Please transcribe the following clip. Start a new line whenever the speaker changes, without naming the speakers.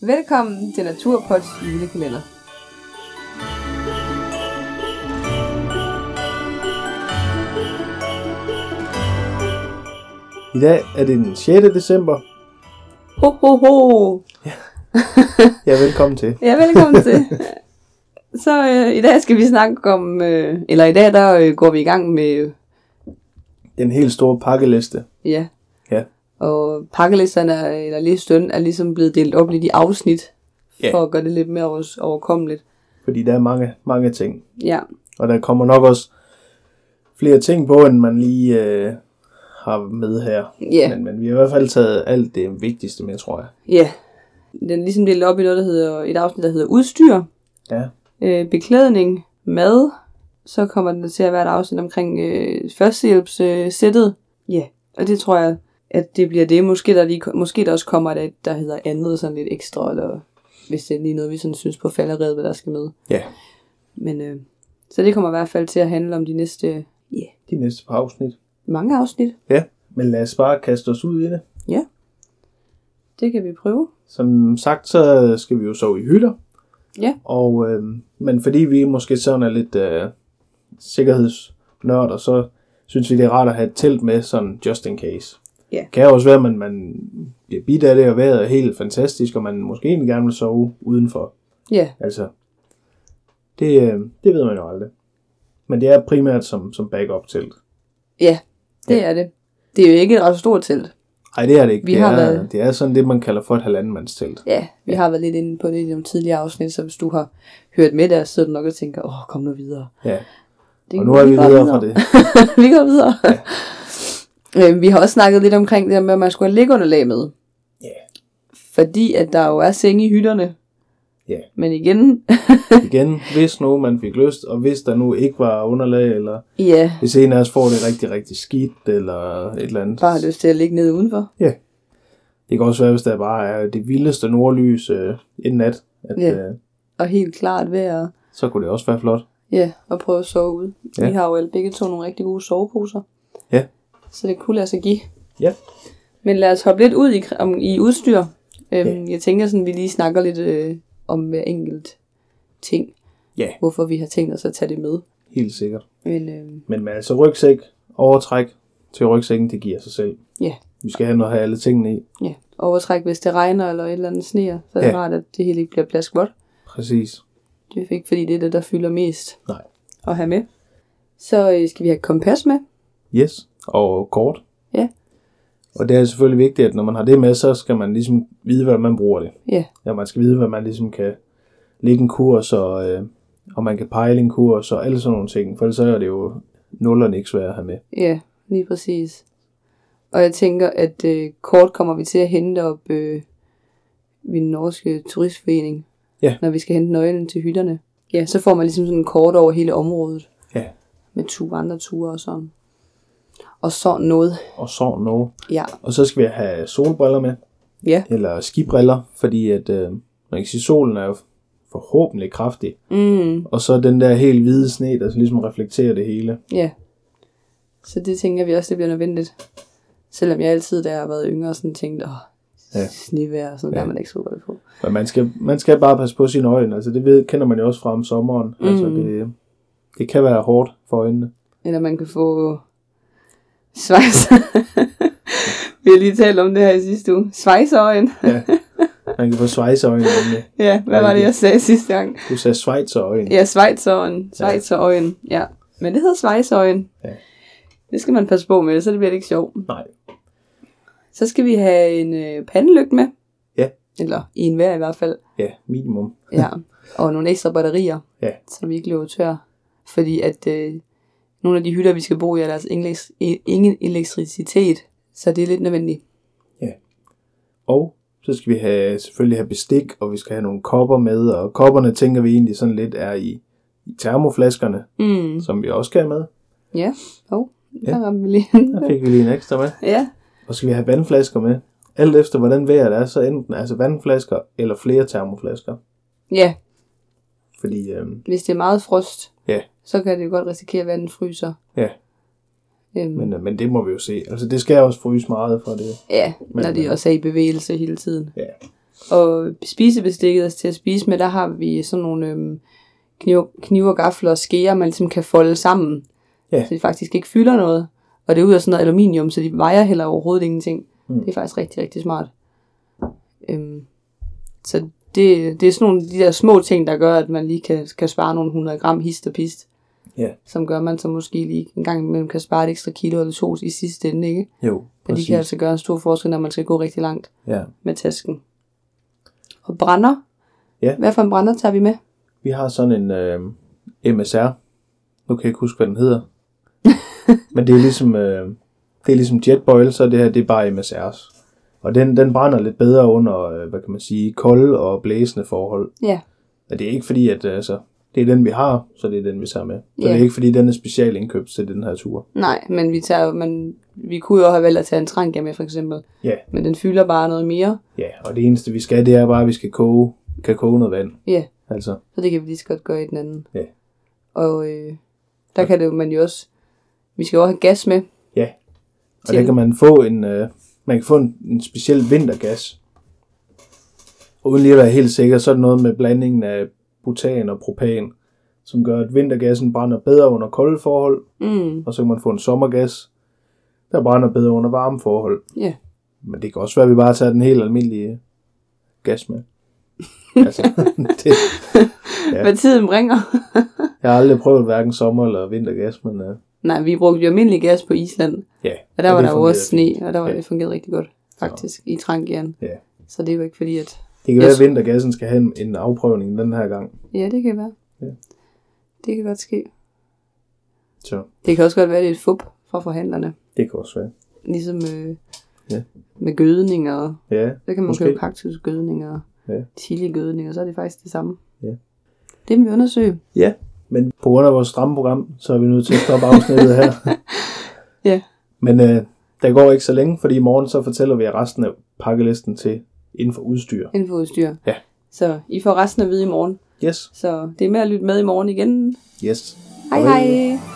Velkommen til Naturpods julekalender.
I dag er det den 6. december.
Ho, ho, ho!
Ja, velkommen til.
Ja, velkommen til. Så øh, i dag skal vi snakke om, øh, eller i dag der øh, går vi i gang med, øh,
Den helt store pakkeliste.
ja,
Ja.
og pakkelisterne er- eller listen er ligesom blevet delt op lidt i afsnit,
Ja.
for at gøre det lidt mere overs- overkommeligt.
Fordi der er mange, mange ting.
Ja,
Og der kommer nok også flere ting på, end man lige øh, har med her.
ja,
Men, men vi har i hvert fald taget alt det vigtigste med, tror jeg.
ja. Den er ligesom delt op i noget, der hedder, et afsnit, der hedder udstyr,
Ja,
øh, beklædning, mad, så kommer den til at være et afsnit omkring øh, førstehjælpssættet. Øh, sættet. Ja, og det tror jeg, at det bliver det. Måske der, lige, måske der også kommer et, der hedder andet sådan lidt ekstra, eller hvis det er lige noget, vi sådan synes på falderedet, hvad der skal med.
ja.
Men øh, så det kommer i hvert fald til at handle om de næste yeah,
de næste par afsnit.
mange afsnit.
Ja, men lad os bare kaste os ud i det.
Det kan vi prøve.
Som sagt, så skal vi jo sove i hytter.
Ja.
Og, øh, men fordi vi måske sådan er lidt øh, sikkerhedsnørder, så synes vi, det er rart at have et telt med, sådan just in case.
Ja.
Kan jo også være, at man, man bliver bidt af det, og vejret er helt fantastisk, og man måske egentlig gerne vil sove udenfor.
Ja,
Altså, det, øh, det ved man jo aldrig. Men det er primært som, som backup-telt.
ja, det
Ja.
er det. Det er jo ikke et ret stort telt.
Nej, det er det ikke.
Vi
det,
har
er,
været-
det er sådan det, man kalder for et halvandenmandstelt.
Ja, vi har været lidt inde på det i nogle tidligere afsnit, så hvis du har hørt med der, så sidder du nok og tænker, åh, kom nu videre.
Ja.
Det kan
Og nu er vi
bare
videre fra det.
vi går videre. Ja. vi har også snakket lidt omkring det her med, at man skulle have liggeunderlag med.
Ja.
Fordi at der jo er senge i hytterne.
Ja.
Men igen,
igen, hvis nu man fik lyst, og hvis der nu ikke var underlag, eller
ja,
hvis en af os får det rigtig, rigtig skidt, eller et eller andet.
bare har lyst til at ligge nede udenfor.
Det kan også være, hvis der bare er det vildeste nordlys øh, en nat, at,
Ja.
ja. øh,
Og helt klart ved at,
så kunne det også være flot.
ja, at prøve at sove ud.
Ja.
Vi har jo alle begge to nogle rigtig gode soveposer.
Ja.
Så det kunne lade sig give.
Ja.
Men lad os hoppe lidt ud i, om, i udstyr. Øhm, Jeg tænker sådan, vi lige snakker lidt øh, om hver enkelt ting.
Ja.
Hvorfor vi har tænkt os at tage det med.
Helt sikkert.
Men øhm,
Men med altså rygsæk, overtræk til rygsækken, det giver sig selv.
Ja.
Vi skal have noget at have alle tingene i.
Ja, overtræk, hvis det regner eller et eller andet sneer, så er det
Ja.
rart, at det hele ikke bliver plaskvådt.
Præcis.
Det er ikke, fordi det er det, der fylder mest
Nej.
at have med. Så øh, skal vi have et kompas med.
Yes. Og kort.
Ja.
Og det er selvfølgelig vigtigt, at når man har det med, så skal man ligesom vide, hvad man bruger det.
Ja,
Ja, man skal vide, hvad man ligesom kan lægge en kurs, og, øh, og man kan pejle en kurs, og alle sådan nogle ting. For ellers så er det jo nul og niks værd at have med.
ja, lige præcis. Og jeg tænker, at øh, kort kommer vi til at hente op øh, ved den norske turistforening,
Ja.
når vi skal hente nøglen til hytterne. Ja, så får man ligesom sådan en kort over hele området
Ja.
med to andre ture og sådan. Og sådan noget.
Og så noget.
Ja,
Og så skal vi have solbriller med,
ja.
eller skibriller, fordi at, øh, man kan sige, solen er jo forhåbentlig kraftig.
Mm,
Og så den der helt hvide sne, der så ligesom reflekterer det hele.
Ja. Så det tænker vi også, det bliver nødvendigt. Selvom jeg altid, da jeg har været yngre, sådan tænkte, åh, ja.
Ja.
snevejr og sådan, ja. der
Ja.
er man ikke så godt på.
Men man skal, man skal bare passe på sine øjne. Altså det ved, kender man jo også fra om sommeren. Mm. Altså
Mm.
det, det kan være hårdt for øjnene.
Eller man kan få svejs. vi har lige talt om det her i sidste uge. Svejsøjen.
Ja. Man kan få svejseøjne. nemlig.
Ja, hvad var det, jeg sagde sidste gang?
Du sagde svejseøjne.
Ja, svejsøjen. Svejsøjen, ja. Men det hedder svejsøjen.
Ja.
Det skal man passe på med, så det bliver det ikke sjovt.
Nej.
Så skal vi have en øh, pandelygt med.
Ja.
Eller en hver i hvert fald.
Ja, minimum.
Ja, og nogle ekstra batterier,
Ja.
så vi ikke løber tør. Fordi at øh, nogle af de hytter, vi skal bo i, er deres engelsk- e- ingen elektricitet, så det er lidt nødvendigt.
Og så skal vi have, selvfølgelig have bestik, og vi skal have nogle kopper med, og kopperne tænker vi egentlig sådan lidt er i, i termoflaskerne,
Mm.
som vi også skal have med.
Ja, oh,
Ja.
der ramte vi lige. en.
Der fik vi lige en ekstra med.
ja,
Og så skal vi have vandflasker med. Alt efter hvordan vejret er, så enten altså vandflasker eller flere termoflasker.
ja,
Fordi øh,
hvis det er meget frost,
Ja.
så kan det jo godt risikere, at vandet fryser.
Ja.
Øhm, men,
men, øh, men det må vi jo se. Altså det skal også fryse meget for det.
ja,
men-
når det også er i bevægelse hele tiden.
Ja.
Og spisebestikket altså til at spise med, der har vi sådan nogle øhm, kniv, kniver, gafler og skeer, man ligesom kan folde sammen.
Ja.
Så de faktisk ikke fylder noget. Og det er ud af sådan noget aluminium, så de vejer heller overhovedet ingenting.
Mm.
Mm. Det er faktisk rigtig, rigtig smart. Øhm, så det, det er sådan nogle af de der små ting, der gør, at man lige kan, kan spare nogle 100 gram hist og pist.
Ja.
Som gør, at man så måske lige en gang imellem kan spare et ekstra kilo eller to i sidste ende, ikke?
Jo,
Men de
præcis.
kan altså gøre en stor forskel, når man skal gå rigtig langt
Ja.
med tasken. Og brænder.
Ja.
Hvad for en brænder tager vi med?
Vi har sådan en øh, MSR. Nu kan jeg ikke huske, hvad den hedder. Men det er ligesom, øh, det er ligesom Jetboil, så det her det er bare MSR's. Og den, den brænder lidt bedre under, øh, hvad kan man sige, kolde og blæsende forhold.
Ja.
Og det er ikke fordi, at øh, altså, det er den, vi har, så det er den, vi tager med. Så
Ja.
det er ikke fordi, den er specielt indkøbt til den her tur.
Nej, men vi, tager, jo- men vi kunne jo have valgt at tage en trangia med, for eksempel.
Ja.
Men den fylder bare noget mere,
Ja, og det eneste, vi skal, det er bare, at vi skal koge, kan koge noget vand.
Ja.
Altså,
så det kan vi lige så godt gøre i den anden.
Ja.
Og øh, der kan det jo, man jo også... Vi skal jo også have gas med.
og
Til-
der kan man få en, øh, man kan få en, en speciel vintergas. Og uden lige at være helt sikker, så er det noget med blandingen af butan og propan, som gør, at vintergassen brænder bedre under kolde forhold,
Mm,
og så kan man få en sommergas, der brænder bedre under varme forhold.
Ja.
Men det kan også være, at vi bare tager den helt almindelige gas med. altså, det,
ja.
Ja.
Hvad tiden bringer.
jeg har aldrig prøvet hverken sommer- eller vintergas, men øh,
Nej, vi brugte jo almindelig gas på Island.
ja.
Og der
og
var
det
der jo også
fungerede
sne, og der var
Ja.
det fungeret rigtig godt, faktisk, i trangieren.
Ja.
Så det er jo ikke fordi, at...
Det kan
Jeg
være, at
sy-
vintergassen skal have en- en afprøvning den her gang.
Ja, det kan være.
Ja.
Det kan godt ske.
Så
Det kan også godt være, at det er et fup fra forhandlerne.
det kan også være.
Ligesom øh,
Ja.
ja. med gødning og...
Ja,
Der kan man
Måske.
købe kaktusgødning og
Ja.
ja. chili-gødning, og så er det faktisk det samme.
Ja.
Det må vi undersøge.
men på grund af vores stramme program, så er vi nødt til at stoppe afsnittet her.
Ja.
Men øh, der går ikke så længe, fordi i morgen så fortæller vi jer resten af pakkelisten til inden for udstyr.
Inden for udstyr.
Ja.
Så I får resten at vide i morgen.
Yes,
Så det er med at lytte med i morgen igen.
yes.
Hej
Hej.
hej! hej.